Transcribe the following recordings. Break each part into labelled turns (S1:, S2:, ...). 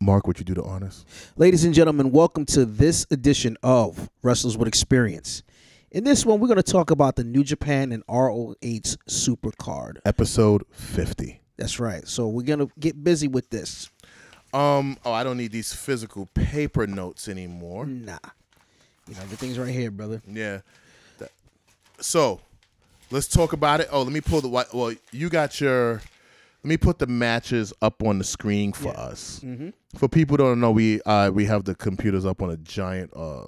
S1: Mark, would you do the honors?
S2: Ladies and gentlemen, welcome to this edition of Wrestlers with Experience. In this one, we're going to talk about the New Japan and ROH Supercard.
S1: Episode 50.
S2: That's right. So we're going to get busy with this.
S1: Um, oh, I don't need these physical paper notes anymore.
S2: Nah. You know, everything's right here, brother.
S1: Yeah. That- So, let's talk about it. Oh, let me pull the white. Well, you got your. Let me put the matches up on the screen for us.
S2: Mm-hmm.
S1: For people who don't know, we uh, we have the computers up on a giant, uh,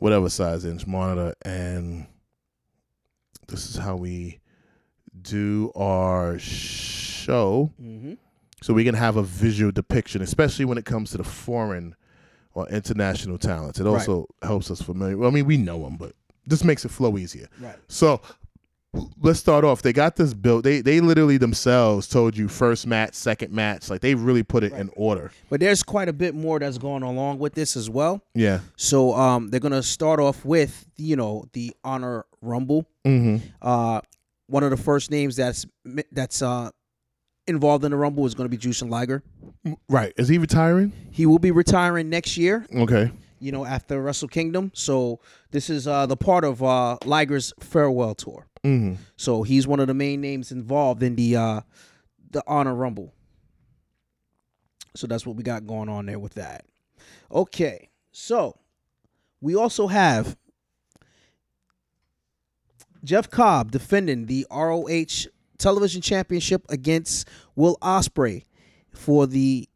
S1: whatever size inch monitor, and this is how we do our show.
S2: Mm-hmm.
S1: So we can have a visual depiction, especially when it comes to the foreign or international talents. It also helps us familiar. Well, I mean, we know them, but this makes it flow easier.
S2: Right.
S1: So let's start off. They got this built. They they literally themselves told you first match, second match. Like they really put it in order.
S2: But there's quite a bit more that's going along with this as well.
S1: Yeah.
S2: So um, they're going to start off with, you know, the Honor Rumble.
S1: Mm-hmm.
S2: Uh, one of the first names that's that's uh, involved in the Rumble is going to be Jushin Liger.
S1: Right. Is he retiring?
S2: He will be retiring next year,
S1: Okay.
S2: you know, after Wrestle Kingdom. So this is uh, the part of uh, Liger's farewell tour.
S1: Mm-hmm.
S2: So he's one of the main names involved in the uh, the Honor Rumble. So that's what we got going on there with that. Okay, so we also have Jeff Cobb defending the ROH Television Championship against Will Osprey for the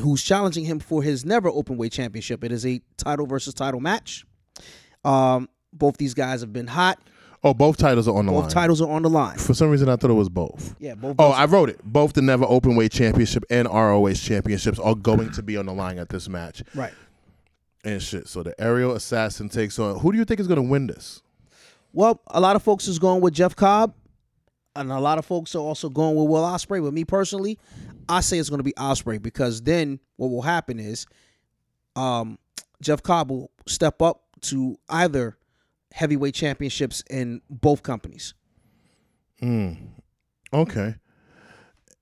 S2: who's challenging him for his never open weight championship. It is a title versus title match. Um, both these guys have been hot.
S1: Oh, both titles are on the
S2: Both
S1: line.
S2: titles are on the line.
S1: For some reason, I thought it was both.
S2: Yeah, both.
S1: Oh, I wrote it. Both the Never Open Weight Championship and ROH Championships are going to be on the line at this match.
S2: right.
S1: And shit. So the aerial assassin takes on. Who do you think is going to win this?
S2: Well, a lot of folks is going with Jeff Cobb, and a lot of folks are also going with Will Osprey. But me personally, I say it's going to be Osprey because then what will happen is, um, Jeff Cobb will step up to either heavyweight championships in both companies.
S1: Okay.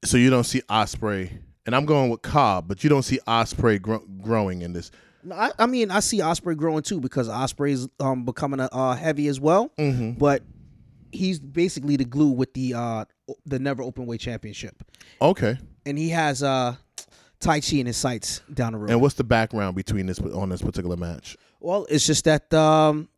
S1: So you don't see Osprey, and I'm going with Cobb, but you don't see Osprey gro- growing in this.
S2: No, I, I mean, I see Osprey growing too because Osprey's um, becoming a uh, heavy as well. But he's basically the glue with the uh, o- the never open weight championship,
S1: Okay.
S2: and he has uh, Tai Chi in his sights down the road.
S1: And what's the background between this on this particular match?
S2: Well, it's just that um,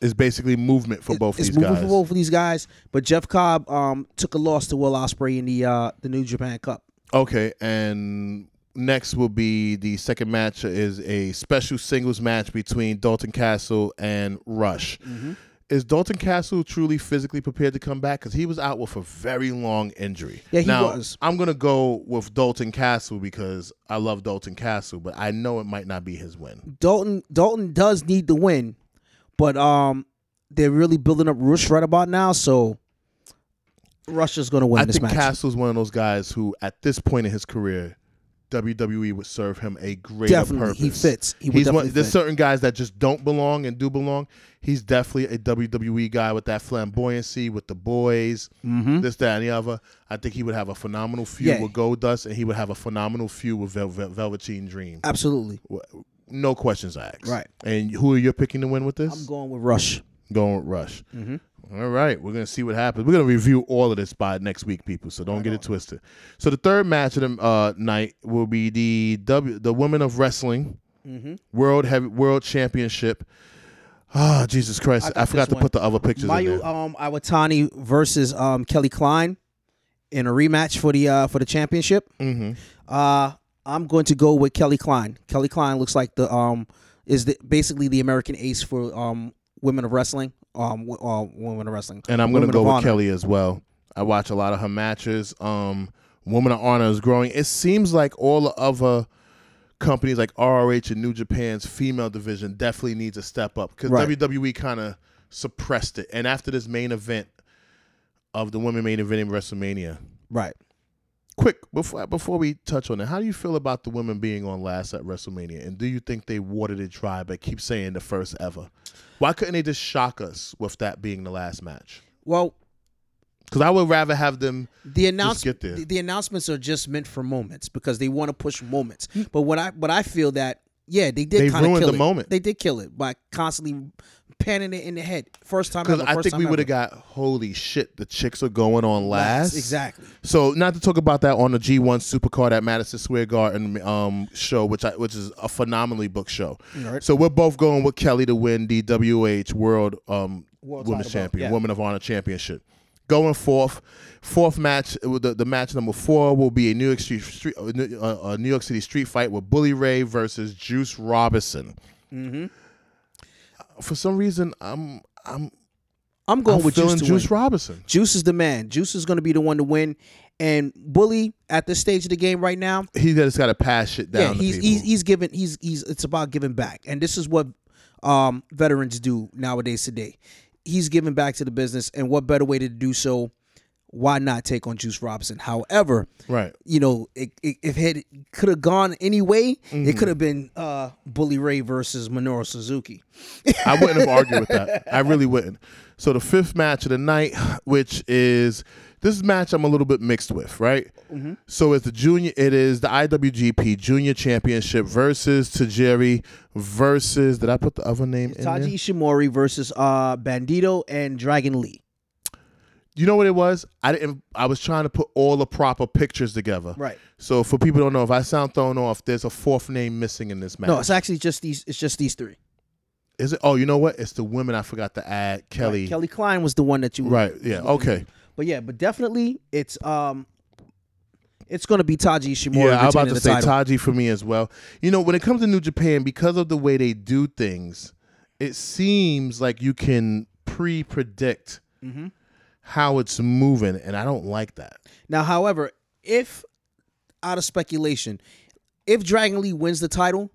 S1: It's basically movement for both
S2: it's
S1: these
S2: moving
S1: guys.
S2: for both of these guys. But Jeff Cobb um, took a loss to Will Osprey in the uh, the New Japan Cup.
S1: Okay, and next will be the second match is a special singles match between Dalton Castle and Rush.
S2: Mm-hmm.
S1: Is Dalton Castle truly physically prepared to come back? Because he was out with a very long injury.
S2: Yeah, he
S1: now,
S2: was.
S1: I'm gonna go with Dalton Castle because I love Dalton Castle, but I know it might not be his win.
S2: Dalton Dalton does need the win, but um, they're really building up Rush right about now. So Russia's going to win
S1: I
S2: this
S1: think
S2: match.
S1: Castle's one of those guys who, at this point in his career, WWE would serve him a greater
S2: Definitely,
S1: purpose.
S2: he fits. He would
S1: He's
S2: definitely
S1: one, there's
S2: fit.
S1: certain guys that just don't belong and do belong. He's definitely a WWE guy with that flamboyancy, with the boys, this, that, and the other. I think he would have a phenomenal feud
S2: Mm-hmm. Yeah.
S1: with Goldust, and he would have a phenomenal feud with Vel- Vel- Velveteen Dream.
S2: Absolutely,
S1: No questions asked.
S2: Right.
S1: And who are you picking to win with this?
S2: I'm going with Rush.
S1: going with Rush.
S2: Mm-hmm.
S1: All right, we're gonna see what happens. We're gonna review all of this by next week, people. So don't get it twisted. So the third match of the uh, night will be the W, the Women of Wrestling
S2: Mm-hmm.
S1: World Heavy World Championship. Ah, Jesus Christ! I,
S2: got
S1: forgot
S2: this
S1: to
S2: one.
S1: put the other pictures in
S2: Mayu
S1: there.
S2: um, Iwatani versus um, Kelly Klein in a rematch for the uh, for the championship.
S1: hmm
S2: Uh, I'm going to go with Kelly Klein. Kelly Klein looks like the um is the basically the American ace for um women of wrestling. Um, w- uh, women of wrestling.
S1: And I'm gonna
S2: Women
S1: go
S2: of
S1: with
S2: honor.
S1: Kelly as well. I watch a lot of her matches. Um, Woman of Honor is growing. It seems like all the other companies like ROH and New Japan's female division definitely needs a step up because
S2: Right.
S1: WWE kind of E suppressed it. And after this main event of the women main event in WrestleMania,
S2: Right.
S1: quick before before we touch on it, how do you feel about the women being on last at WrestleMania? And do you think they watered it dry? But keep saying the first ever. Why couldn't they just shock us with that being the last match?
S2: Well,
S1: Because I would rather have them.
S2: The announcement,
S1: get there.
S2: The, the announcements are just meant for moments because they want to push moments. But what I, but I feel that yeah, they did
S1: Hmm. They
S2: kind of
S1: ruined
S2: kill
S1: the
S2: it.
S1: moment.
S2: They did kill it by constantly panning it in the head. First time
S1: Because
S2: ever,
S1: I
S2: first
S1: think
S2: time
S1: we would have
S2: ever.
S1: got holy shit. The chicks are going on last.
S2: exactly.
S1: So not to talk about that on the G1 Supercar at Madison Square Garden um, show, which I, which is a phenomenally booked show.
S2: Right.
S1: So we're both going with Kelly to win the WH World um,
S2: World
S1: Women's
S2: title belt,
S1: Champion,
S2: yeah.
S1: Women of Honor Championship. Going fourth, fourth match. uh, The, the match number four will be a New York Street, street uh, New- uh, uh, New York City street fight with Bully Ray versus Juice Robinson. Mm-hmm. For some reason, I'm I'm,
S2: I'm going
S1: I'm
S2: with
S1: feeling
S2: Juice
S1: Juice,
S2: to win.
S1: Robinson.
S2: Juice is the man. Juice is going to be the one to win. And Bully at this stage of the game right now,
S1: He just got to pass shit down.
S2: yeah,
S1: to
S2: he's
S1: people.
S2: he's, he's giving he's he's it's about giving back, and this is what um, veterans do nowadays today. He's giving back to the business, and what better way to do so? Why not take on Juice Robinson? However,
S1: right.
S2: you know, it, it, if it could have gone any way,
S1: Mm-hmm.
S2: it could have been uh, Bully Ray versus Minoru Suzuki.
S1: I wouldn't have argued with that. I really wouldn't. So the fifth match of the night, which is this match, I'm a little bit mixed with, right?
S2: Mm-hmm.
S1: So it's the junior. It is the IWGP Junior Championship versus Tajiri versus. Did I put the other name in
S2: Taji
S1: there?
S2: Ishimori versus uh, Bandito and Dragon Lee.
S1: You know what it was? I didn't. I was trying to put all the proper pictures together.
S2: Right.
S1: So for people who don't know, if I sound thrown off, there's a fourth name missing in this match.
S2: No, it's actually just these. It's just these three.
S1: is it? Oh, you know what? It's the women. I forgot to add Kelly.
S2: Right, Kelly Klein was the one that you.
S1: Right. Yeah. Okay.
S2: But yeah, but definitely it's um, it's gonna be Taji Ishimori.
S1: Yeah, I was about
S2: retaining
S1: to
S2: the
S1: say
S2: title.
S1: Taji for me as well. You know, when it comes to New Japan, because of the way they do things, it seems like you can pre-predict
S2: Mm-hmm.
S1: how it's moving, and I don't like that.
S2: Now, however, if out of speculation, if Dragon Lee wins the title,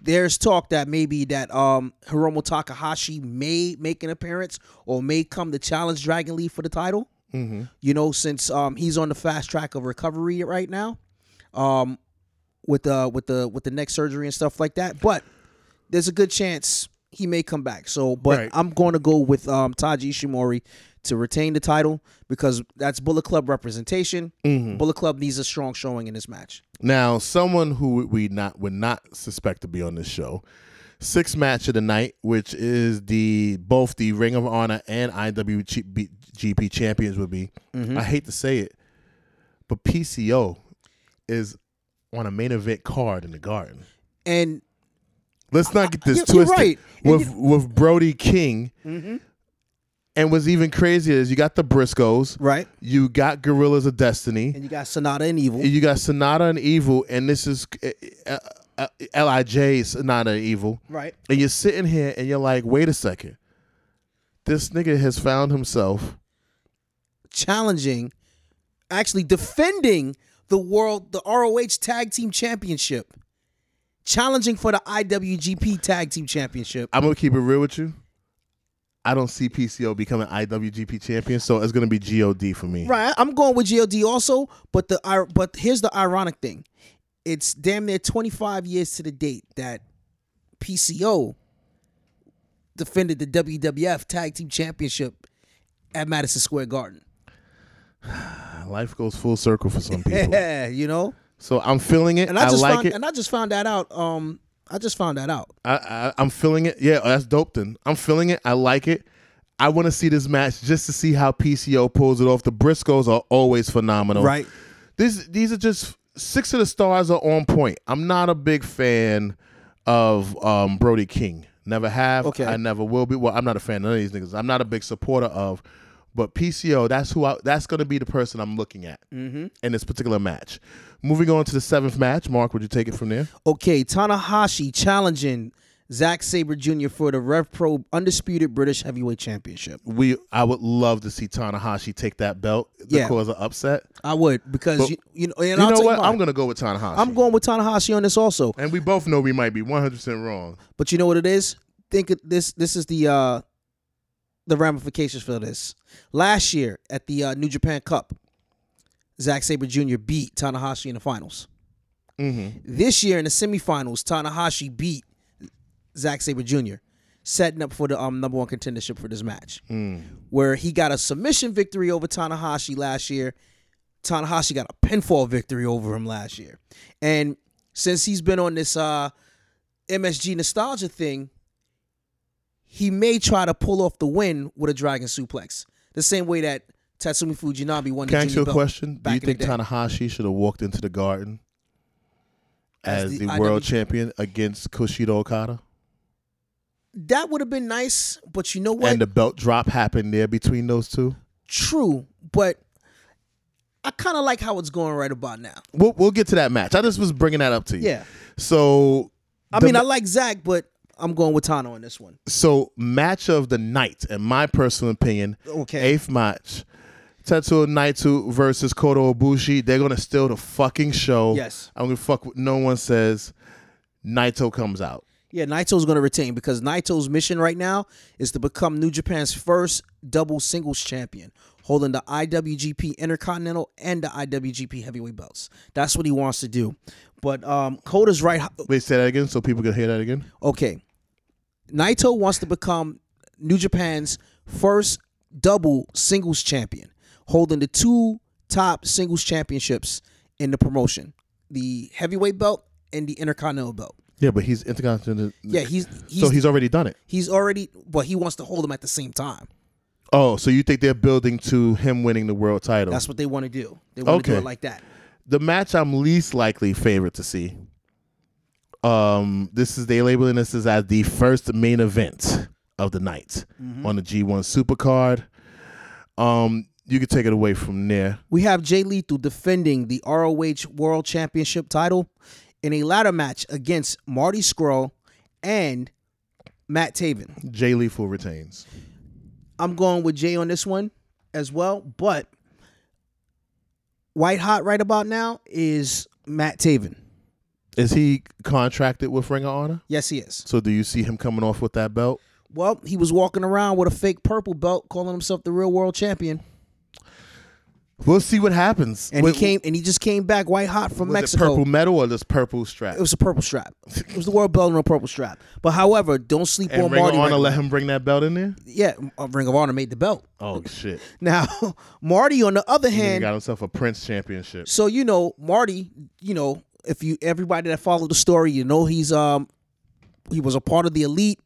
S2: there's talk that maybe that um Hiromu Takahashi may make an appearance or may come to challenge Dragon Lee for the title. Mm-hmm. You know, since um he's on the fast track of recovery right now, um with the with the with the neck surgery and stuff like that. But there's a good chance he may come back. So, but
S1: Right.
S2: I'm going to go with um, Taji Ishimori to retain the title because that's Bullet Club representation. Bullet Club needs a strong showing in this match.
S1: Now, someone who we not would not suspect to be on this show, sixth match of the night, which is the both the Ring of Honor and IWGP champions would be.
S2: Mm-hmm.
S1: I hate to say it, but PCO is on a main event card in the Garden.
S2: And
S1: Let's not get this
S2: you're- you're
S1: twisted.
S2: right. And Mm-hmm.
S1: With with Brody King, and what's even crazier is you got the Briscoes,
S2: right,
S1: you got Gorillas of Destiny,
S2: and you got Sonata and Evil.
S1: you got Sonata and Evil, and this is uh, uh, Lij Sonata and Evil,
S2: Right.
S1: and you're sitting here and you're like, wait a second, this nigga has found himself.
S2: Challenging, actually defending the world, the ROH Tag Team Championship, challenging for the IWGP Tag Team Championship.
S1: I'm gonna keep it real with you. I don't see PCO becoming IWGP champion, so it's gonna be God for me.
S2: Right, I'm going with GLD also, but the ir- but here's the ironic thing. It's damn near 25 years to the date that PCO defended the WWF Tag Team Championship at Madison Square Garden.
S1: Life goes full circle for some people.
S2: Yeah, you know?
S1: So I'm feeling it.
S2: And
S1: I,
S2: I just
S1: like
S2: found
S1: it.
S2: and I just found that out um I just found that out.
S1: I, I, I'm feeling it. Yeah, that's dope. Then I'm feeling it. I like it. I want to see this match just to see how PCO pulls it off. The Briscoes are always phenomenal.
S2: Right.
S1: This these are just six of the stars are on point. I'm not a big fan of um, Brody King. Never have.
S2: Okay.
S1: I never will be. Well, I'm not a fan of none of these niggas. I'm not a big supporter of. But PCO, that's who I, that's going to be the person I'm looking at
S2: Mm-hmm.
S1: in this particular match. Moving on to the seventh match, Mark, would you take it from there?
S2: Okay, Tanahashi challenging Zack Sabre Jr. for the Rev Pro Undisputed British Heavyweight Championship.
S1: we I would love to see Tanahashi take that belt to
S2: Yeah.
S1: cause an upset.
S2: I would because
S1: But-
S2: you, you know and
S1: you
S2: I'll
S1: know
S2: tell
S1: what?
S2: why.
S1: I'm gonna go with Tanahashi.
S2: I'm going with Tanahashi on this also.
S1: and we both know we might be 100 percent wrong.
S2: But you know what it is? Think of this this is the uh the ramifications for this. Last year at the uh, New Japan Cup, Zack Sabre Jr. beat Tanahashi in the finals.
S1: Mm-hmm,
S2: This year in the semifinals, Tanahashi beat Zack Sabre Jr. setting up for the um, number one contendership for this match,
S1: mm-hmm.
S2: where he got a submission victory over Tanahashi last year. Tanahashi got a pinfall victory over him last year, and since he's been on this uh, MSG nostalgia thing, he may try to pull off the win with a dragon suplex, the same way that Tatsumi Fujinami won
S1: Can I
S2: the
S1: ask you
S2: junior
S1: a
S2: belt
S1: question? Do
S2: back
S1: you
S2: in the
S1: think
S2: day.
S1: Tanahashi should have walked into the garden
S2: As
S1: as,
S2: the
S1: the, world
S2: IWGP?
S1: champion against Kushida Okada?
S2: That would have been nice, but you know what?
S1: And uh, the belt drop happened there between those two?
S2: True, but I kind of like how it's going right about now.
S1: We'll, we'll get to that match. I just was bringing that up to you.
S2: Yeah.
S1: So,
S2: I
S1: the
S2: mean,
S1: ma-
S2: I like Zach, but I'm going with Tano on this one.
S1: so match of the night, in my personal opinion,
S2: Okay.
S1: eighth match, Tetsuo Naito versus Kota Ibushi. They're gonna steal the fucking show.
S2: Yes.
S1: I'm gonna fuck what no one says. Naito comes out.
S2: Yeah, Naito's going to retain because Naito's mission right now is to become New Japan's first double singles champion, holding the IWGP Intercontinental and the IWGP Heavyweight belts. That's what he wants to do. But um, Kota's right.
S1: Wait, say that again, so people can hear that again.
S2: Okay. Naito wants to become New Japan's first double singles champion, holding the two top singles championships in the promotion the heavyweight belt and the intercontinental belt.
S1: Yeah, but he's intercontinental.
S2: Yeah, he's he's,
S1: so he's already done it.
S2: he's already, but he wants to hold them at the same time.
S1: Oh, so you think they're building to him winning the world title?
S2: That's what they want to do. They want to do
S1: Okay.
S2: it like that.
S1: the match I'm least likely favorite to see. Um, this is they labeling this is as the first main event of the night
S2: Mm-hmm.
S1: on the G1 Supercard. Um, you can take it away from there.
S2: We have Jay Lethal defending the ROH World Championship title in a ladder match against Marty Skrull and Matt Taven.
S1: Jay Lethal retains.
S2: I'm going with Jay on this one as well. But white hot right about now is Matt Taven.
S1: Is he contracted with Ring of Honor?
S2: Yes, he is.
S1: So do you see him coming off with that belt?
S2: Well, he was walking around with a fake purple belt, calling himself the real world champion,
S1: We'll see what happens.
S2: and
S1: Wait,
S2: he came and he just came back white hot from
S1: was
S2: Mexico.
S1: it purple metal or this purple strap?
S2: It was a purple strap. It was the world belt on a purple strap. But however, don't sleep
S1: and
S2: on
S1: Ring of
S2: Marty.
S1: Honor
S2: right
S1: let
S2: now.
S1: him bring that belt in there?
S2: yeah, uh, Ring of Honor made the belt.
S1: Oh shit.
S2: Now, Marty, on the other
S1: He
S2: hand,
S1: got himself a Prince championship.
S2: So you know, Marty, you know, if you everybody that followed the story, you know he's um he was a part of the elite.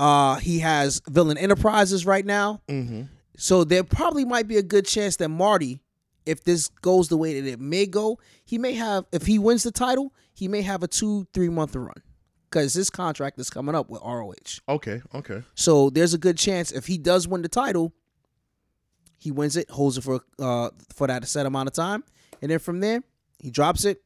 S2: Uh he has Villain Enterprises right now.
S1: Mm-hmm.
S2: So there probably might be a good chance that Marty, if this goes the way that it may go, he may have if he wins the title, he may have a 2 3 month run cuz his contract is coming up with ROH.
S1: Okay, okay.
S2: So there's a good chance if he does win the title, he wins it, holds it for uh for that set amount of time, and then from there he drops it,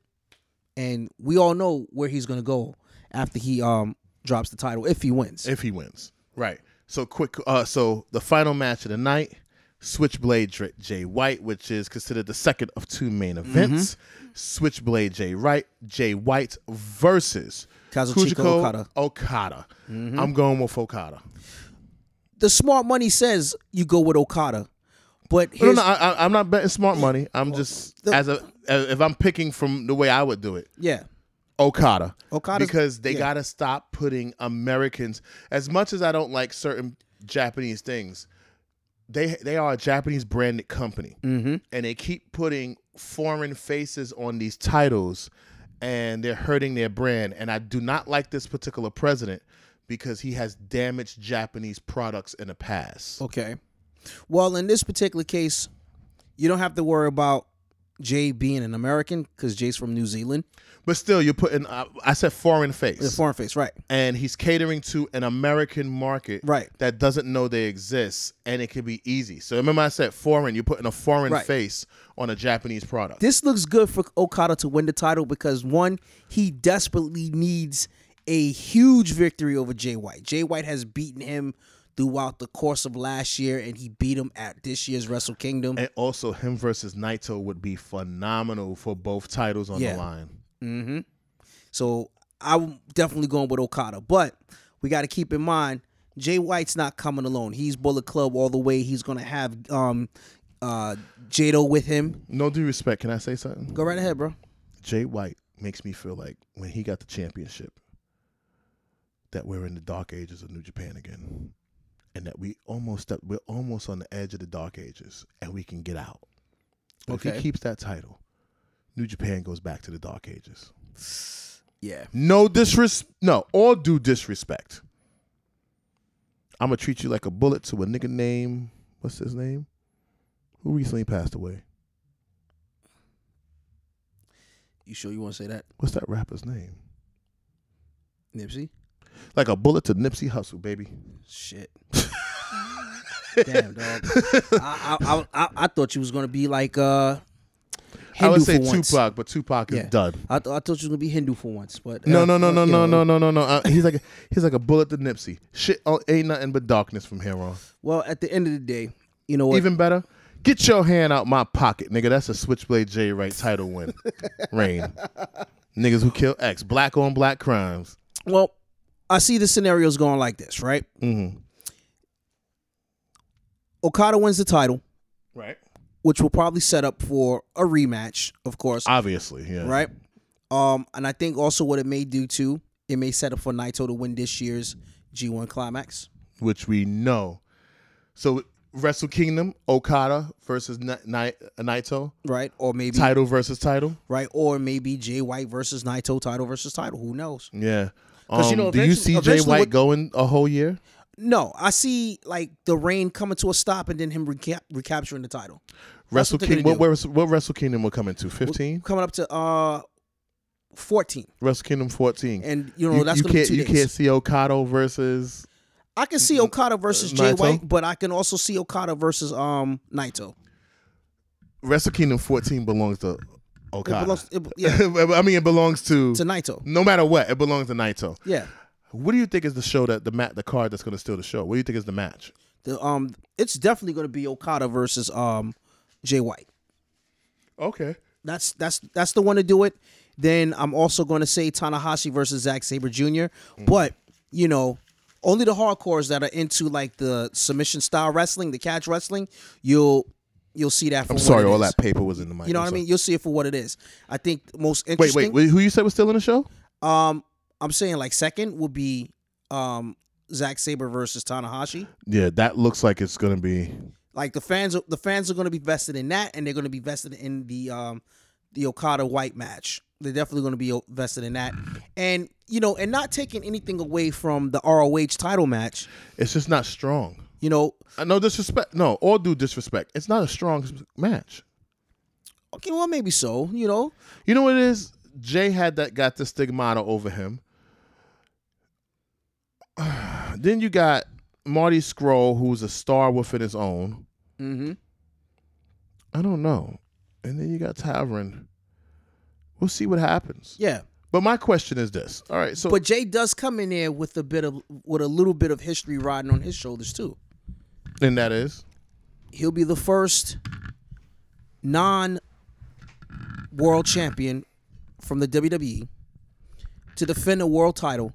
S2: and we all know where he's gonna go after he um drops the title if he wins.
S1: If he wins. Right. So quick uh so the final match of the night, Switchblade Dr- Jay White, which is considered the second of two main
S2: Mm-hmm.
S1: events. Switchblade Jay Wright, Jay White versus
S2: Kazuchika
S1: Kujiko
S2: Okada. Mm-hmm.
S1: Okada. I'm going with Okada.
S2: the smart money says you go with Okada, but
S1: No,
S2: here's,
S1: no, I, I- I'm not betting smart money. I'm just
S2: the-
S1: as a as, if I'm picking from the way I would do it.
S2: yeah,
S1: Okada.
S2: Okada's-
S1: Because they
S2: yeah.
S1: got to stop putting Americans. As much as I don't like certain Japanese things, they they are a Japanese branded company, mm-hmm. and they keep putting foreign faces on these titles, and they're hurting their brand. And I do not like this particular president because he has damaged Japanese products in the past.
S2: okay. Well, in this particular case, you don't have to worry about Jay being an American because Jay's from New Zealand,
S1: But still, you're putting. Uh, I said foreign face.
S2: the foreign face, right?
S1: and he's catering to an American market
S2: Right.
S1: that doesn't know they exist, and it could be easy. So remember, I said foreign. You're putting a foreign
S2: Right.
S1: face on a Japanese product.
S2: this looks good for Okada to win the title because one, he desperately needs a huge victory over Jay White. Jay White has beaten him throughout the course of last year, and he beat him at this year's Wrestle Kingdom.
S1: and also, him versus Naito would be phenomenal for both titles on
S2: Yeah.
S1: the line.
S2: So I'm definitely going with Okada, but we got to keep in mind Jay White's not coming alone. He's Bullet Club all the way. He's gonna have um, uh, Jado with him.
S1: No due respect. Can I say something?
S2: Go right ahead, bro.
S1: Jay White makes me feel like when he got the championship, that we're in the dark ages of New Japan again, and that we almost that we're almost on the edge of the dark ages, and we can get out. But If
S2: Okay.
S1: he keeps that title, New Japan goes back to the dark ages.
S2: Yeah.
S1: No disres, no all due disrespect. I'm gonna treat you like a bullet to a nigga name. What's his name? Who recently passed away?
S2: You sure you want to say that,
S1: What's that rapper's name?
S2: Nipsey?
S1: Like a bullet to Nipsey Hussle, baby.
S2: Shit. Damn, dog. I, I, I, I thought you was gonna be like uh, Hindu
S1: I would say
S2: for once.
S1: Tupac, but Tupac is
S2: Yeah.
S1: dud.
S2: I, th- I thought you was gonna be Hindu for once, but
S1: No,
S2: uh,
S1: no, no,
S2: uh,
S1: no,
S2: you
S1: no, no,
S2: know.
S1: no, no, no. Uh, he's like a, he's like a bullet to Nipsey. Shit oh, ain't nothing but darkness from here on.
S2: Well, at the end of the day, you know what?
S1: Even better, get your hand out my pocket, nigga. That's a Switchblade J right title win. Rain. Niggas who kill X, black on black crimes.
S2: well, I see the scenarios going like this, right?
S1: Mm-hmm.
S2: Okada wins the title,
S1: Right.
S2: which will probably set up for a rematch, of course,
S1: Obviously, yeah.
S2: right? Um, and I think also what it may do too, it may set up for Naito to win this year's G1 Climax.
S1: Which we know. So Wrestle Kingdom, Okada versus Na- Na- Naito,
S2: Right or maybe
S1: title versus title.
S2: right or maybe Jay White versus Naito title versus title. Who knows?
S1: Yeah.
S2: 'Cause,
S1: Um,
S2: you know,
S1: do you
S2: eventually-
S1: see Jay
S2: eventually
S1: White
S2: what-
S1: going a whole year?
S2: No, I see like the rain coming to a stop and then him reca- recapturing the title. That's
S1: Wrestle
S2: what they're
S1: Kingdom.
S2: gonna
S1: What, what, what Wrestle Kingdom will come into? Fifteen.
S2: Coming up to uh fourteen,
S1: Wrestle Kingdom fourteen.
S2: and you know that's
S1: you
S2: going to be
S1: can't
S2: two
S1: you
S2: days.
S1: can't see Okada versus
S2: I can see Okada versus Jay
S1: Naito?
S2: White, but I can also see Okada versus um Naito.
S1: Wrestle Kingdom fourteen belongs to
S2: It
S1: Okada.
S2: belongs, it, yeah,
S1: I mean, it belongs to,
S2: to Naito.
S1: no matter what. It belongs to Naito.
S2: Yeah,
S1: What do you think is the show that the mat the card that's going to steal the show? What do you think is the match?
S2: the um, it's definitely going to be Okada versus um Jay White.
S1: Okay.
S2: That's that's that's the one to do it. Then I'm also going to say Tanahashi versus Zack Saber Jr.
S1: Mm.
S2: But you know, only the hardcores that are into like the submission style wrestling, the catch wrestling, you'll you'll see that. For
S1: I'm
S2: what
S1: sorry,
S2: it
S1: all
S2: is.
S1: that paper was in the mic.
S2: You know
S1: I'm
S2: what I
S1: sorry.
S2: mean? You'll see it for what it is. I think the most
S1: Wait,
S2: interesting.
S1: wait, wait. Who you said was still in the show?
S2: Um, I'm saying like second would be um Zack Saber versus Tanahashi.
S1: Yeah, that looks like it's going to be.
S2: Like the fans, the fans are going to be vested in that, and they're going to be vested in the um the Okada White match. They're definitely going to be vested in that, and you know, and not taking anything away from the ROH title match.
S1: It's just not strong.
S2: You know,
S1: Uh, No disrespect. No, all due disrespect. It's not a strong s- match.
S2: okay, well maybe so. You know,
S1: You know what it is? Jay had that got the stigmata over him. then you got Marty Scroll, who's a star within his own.
S2: mm-hmm.
S1: I don't know. And then you got Tavern. We'll see what happens.
S2: yeah.
S1: But my question is this. All right, so
S2: But Jay does come in there with a bit of with a little bit of history riding on his shoulders too.
S1: and that is
S2: he'll be the first non world champion from the WWE to defend a world title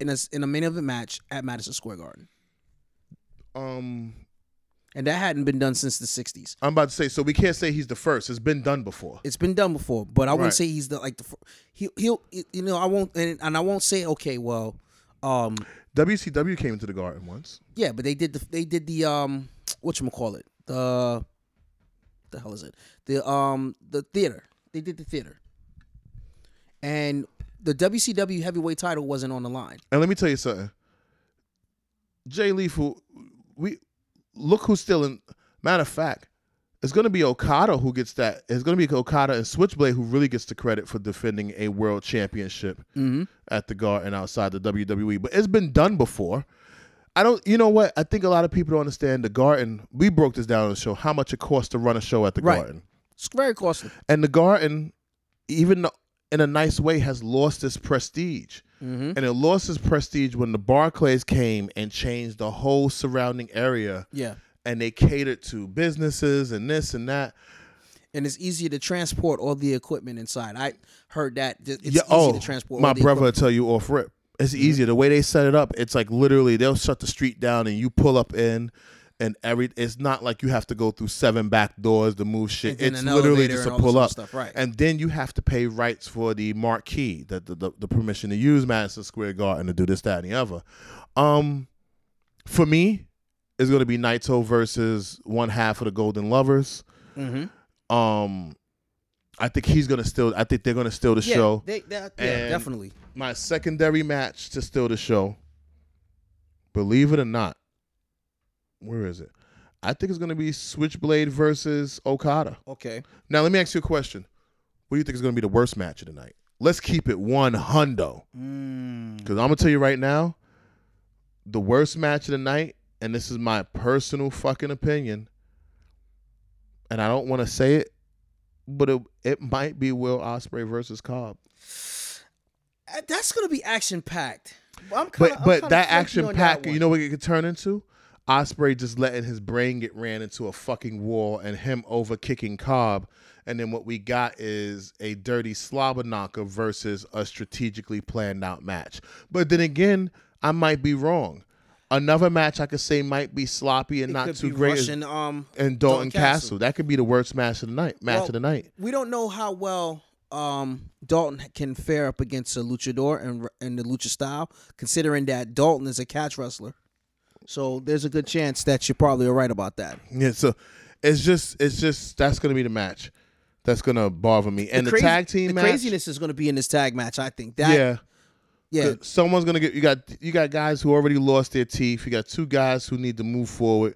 S2: in a in a main event match at Madison Square Garden,
S1: um
S2: and that hadn't been done since the '60s.
S1: I'm about to say so we can't say he's the first. It's been done before.
S2: It's been done before, but I
S1: Right.
S2: wouldn't say he's the like the fir- he he'll you know I won't and, and I won't say okay well um
S1: WCW came into the garden once.
S2: yeah but they did the they did the um what you call it the the hell is it the um the theater they did the theater and the WCW heavyweight title wasn't on the line
S1: And let me tell you something. Jay Lethal, we look who's still in. Matter of fact, it's going to be Okada who gets that. It's going to be Okada and Switchblade who really gets the credit for defending a world championship at the Garden outside the WWE. But it's been done before. I don't. You know what? I think a lot of people don't understand the Garden. We broke this down on the show. How much it costs to run a show at the
S2: Right.
S1: Garden,
S2: it's very costly
S1: and the Garden, even though- in a nice way, has lost its prestige
S2: mm-hmm.
S1: and it lost its prestige when the Barclays came and changed the whole surrounding area,
S2: yeah
S1: and they catered to businesses and this and that.
S2: and it's easier to transport all the equipment inside I heard that th- it's
S1: Yeah, oh,
S2: easy to transport
S1: my
S2: all the
S1: brother will
S2: equipment. Mm-hmm.
S1: tell you off rip. It's easier the way they set it up. It's like literally they'll shut the street down and you pull up in, and every it's not like you have to go through seven back doors to move shit.
S2: And then
S1: It's
S2: an
S1: literally
S2: elevator
S1: just
S2: and
S1: to
S2: all this
S1: pull
S2: other
S1: up,
S2: stuff, right.
S1: And then you have to pay rights for the marquee, the the, the the permission to use Madison Square Garden to do this, that, and the other. Um, for me, it's going to be Naito versus one half of the Golden Lovers.
S2: Mm-hmm.
S1: Um, I think he's going to steal. I think they're going to steal the
S2: Yeah,
S1: show.
S2: they, that, yeah,
S1: And-
S2: definitely.
S1: My secondary match to steal the show. Believe it or not, where is it? I think it's going to be Switchblade versus Okada.
S2: Okay.
S1: Now let me ask you a question. What do you think is going to be the worst match of the night? Let's keep it one hundo.
S2: Mm.
S1: Because I'm gonna tell you right now, the worst match of the night, and this is my personal fucking opinion, and I don't want to say it, but it it might be Will Osprey versus Cobb.
S2: Uh, That's gonna be action packed. I'm kinda,
S1: But but
S2: I'm kinda
S1: that
S2: flaky
S1: action
S2: on that
S1: pack,
S2: one.
S1: you know what it could turn into? Osprey just letting his brain get ran into a fucking wall, and him over kicking Cobb, and then what we got is a dirty slobber knocker versus a strategically planned out match. But then again, I might be wrong. Another match I could say might be sloppy and
S2: It
S1: not
S2: could
S1: too
S2: be
S1: great, is-
S2: Russian, um,
S1: and Dalton
S2: Dalton
S1: Castle.
S2: Castle.
S1: That could be the worst match of the night. Match
S2: Well,
S1: of the night.
S2: we don't know how well um, Dalton can fare up against a luchador and and the lucha style, considering that Dalton is a catch wrestler. So there's a good chance that you're probably all right about that.
S1: Yeah, so it's just it's just that's gonna be the match. That's gonna bother me. And the,
S2: crazy-
S1: tag team
S2: the
S1: match.
S2: craziness is going to be in this tag match. I think that yeah,
S1: yeah. Good. someone's gonna get you got you got guys who already lost their teeth you got two guys who need to move forward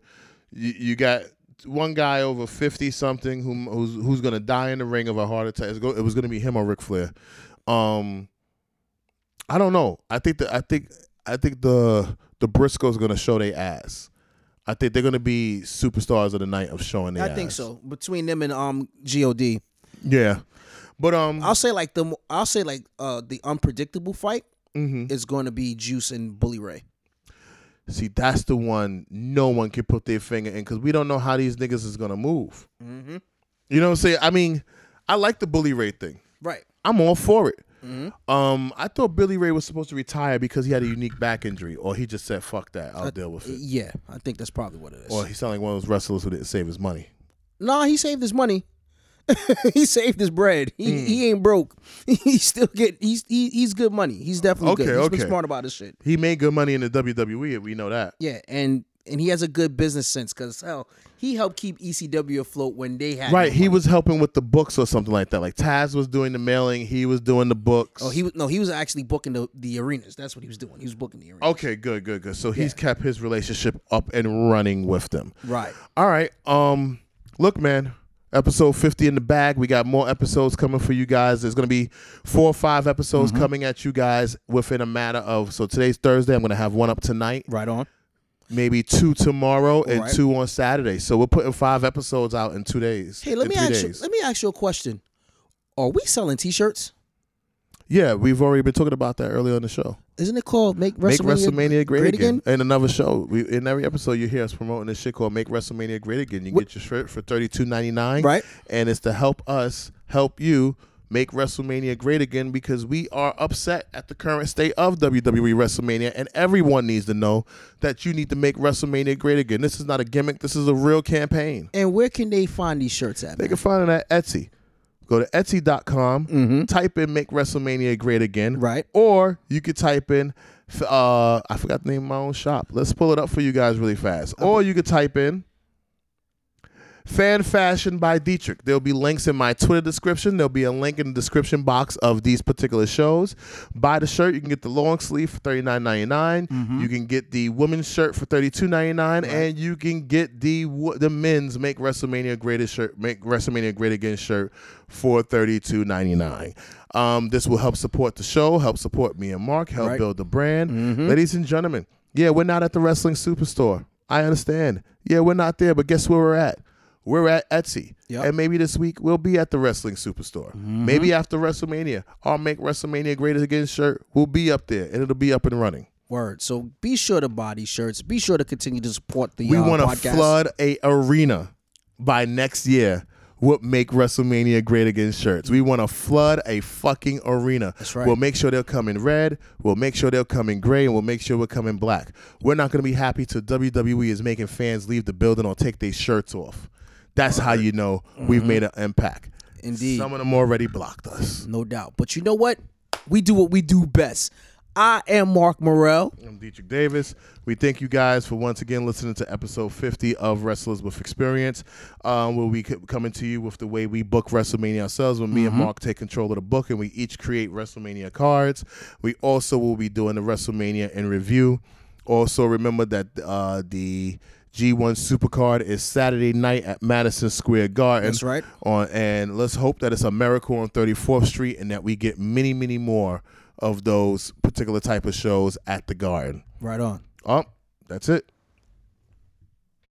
S1: you, you got one guy over 50 something who, who's who's gonna die in the ring of a heart attack It's go- it was gonna be him or Ric Flair um I don't know I think the I think I think the the Briscoes gonna show their ass I think they're gonna be superstars of the night of showing their
S2: I think
S1: ass.
S2: so. Between them and um God,
S1: yeah but um
S2: I'll say like the I'll say like uh the unpredictable fight
S1: mhm.
S2: is going to be Juice and Bully Ray.
S1: see that's the one no one can put their finger in because we don't know how these niggas is gonna move
S2: Mm-hmm.
S1: You know what I'm saying? I mean, I like the Bully Ray thing.
S2: Right.
S1: I'm all for it.
S2: Mhm.
S1: Um, I thought Billy Ray was supposed to retire because he had a unique back injury, or he just said, "Fuck that,
S2: Uh,
S1: I'll deal with it."
S2: Yeah, I think that's probably what it is.
S1: Or he sounded like one of those wrestlers who didn't save his money.
S2: Nah, he saved his money. he saved his bread. He,
S1: Hmm.
S2: he ain't broke. He still get he's he, he's good money. He's definitely
S1: Okay,
S2: good. He's
S1: okay.
S2: been smart about his shit.
S1: He made good money in the WWE. We know that.
S2: Yeah, and and he has a good business sense because hell, he helped keep ECW afloat when they had
S1: Right,
S2: no
S1: he
S2: money.
S1: was helping with the books or something like that. Like Taz was doing the mailing, he was doing the books.
S2: Oh, he was no, he was actually booking the, the arenas. That's what he was doing. He was booking the arenas.
S1: okay, good, good, good. So he's kept his relationship up and running with them.
S2: Right.
S1: All right. Um, look, man. Episode fifty in the bag. We got more episodes coming for you guys. There's gonna be four or five episodes
S2: Mm-hmm.
S1: coming at you guys within a matter of. So today's Thursday. I'm gonna have one up tonight,
S2: Right on.
S1: maybe two tomorrow, and
S2: Alright.
S1: two on Saturday. So we're putting five episodes out in two days.
S2: Hey, let
S1: in
S2: me
S1: three
S2: ask
S1: days.
S2: you let me ask you a question. Are we selling t shirts?
S1: Yeah, we've already been talking about that earlier on the show.
S2: Isn't it called Make WrestleMania,
S1: Make WrestleMania great, again. In another show, we in every episode you hear us promoting this shit called Make WrestleMania Great Again. You
S2: Wh-
S1: get your shirt for thirty two ninety nine,
S2: Right.
S1: And it's to help us help you make WrestleMania great again because we are upset at the current state of WWE WrestleMania, and everyone needs to know that you need to make WrestleMania great again. This is not a gimmick. This is a real campaign.
S2: And where can they find these shirts at?
S1: They can find it at Etsy. Go to Etsy.com,
S2: Mhm.
S1: type in Make WrestleMania Great Again.
S2: Right.
S1: Or you could type in, f- uh, I forgot the name of my own shop. Let's pull it up for you guys really fast. Or you could type in Fan Fashion by Dietrich. There'll be links in my Twitter description. There'll be a link in the description box of these particular shows. Buy the shirt. You can get the long sleeve for thirty nine ninety nine. You can get the women's shirt for thirty two ninety nine, and you can get the wo- the men's Make WrestleMania Great shirt, Make WrestleMania Great Again shirt for thirty two ninety nine. Um, this will help support the show, help support me and Mark, help
S2: Right.
S1: build the brand, ladies and gentlemen. Yeah, we're not at the wrestling superstore. I understand. Yeah, we're not there, but guess where we're at? We're at Etsy.
S2: Yep.
S1: And maybe this week we'll be at the Wrestling Superstore. Maybe after WrestleMania, our Make WrestleMania Great Again shirt will be up there and it'll be up and running.
S2: Word. So be sure to buy these shirts. Be sure to continue to support the
S1: We
S2: uh,
S1: want to
S2: podcast.
S1: flood a arena by next year what make WrestleMania great again shirts. We want to flood a fucking arena.
S2: That's right.
S1: We'll make sure they'll come in red. We'll make sure they'll come in gray, and we'll make sure we'll come in black. We're not going to be happy till WWE is making fans leave the building or take their shirts off. That's how you know we've made an impact.
S2: Mm-hmm. Indeed.
S1: Some of them already blocked us.
S2: no doubt. But you know what? We do what we do best. I am Mark Morrell.
S1: I'm Dietrich Davis. We thank you guys for once again listening to episode 50 of Wrestlers with Experience, um, where we c- coming to you with the way we book WrestleMania ourselves. When me and Mark take control of the book, and we each create WrestleMania cards. We also will be doing the WrestleMania in review. Also, remember that uh, the G1 Supercard is Saturday night at Madison Square Garden.
S2: That's right.
S1: On and let's hope that it's a miracle on 34th Street and that we get many, many more of those particular type of shows at the Garden.
S2: Right on.
S1: Oh, that's it.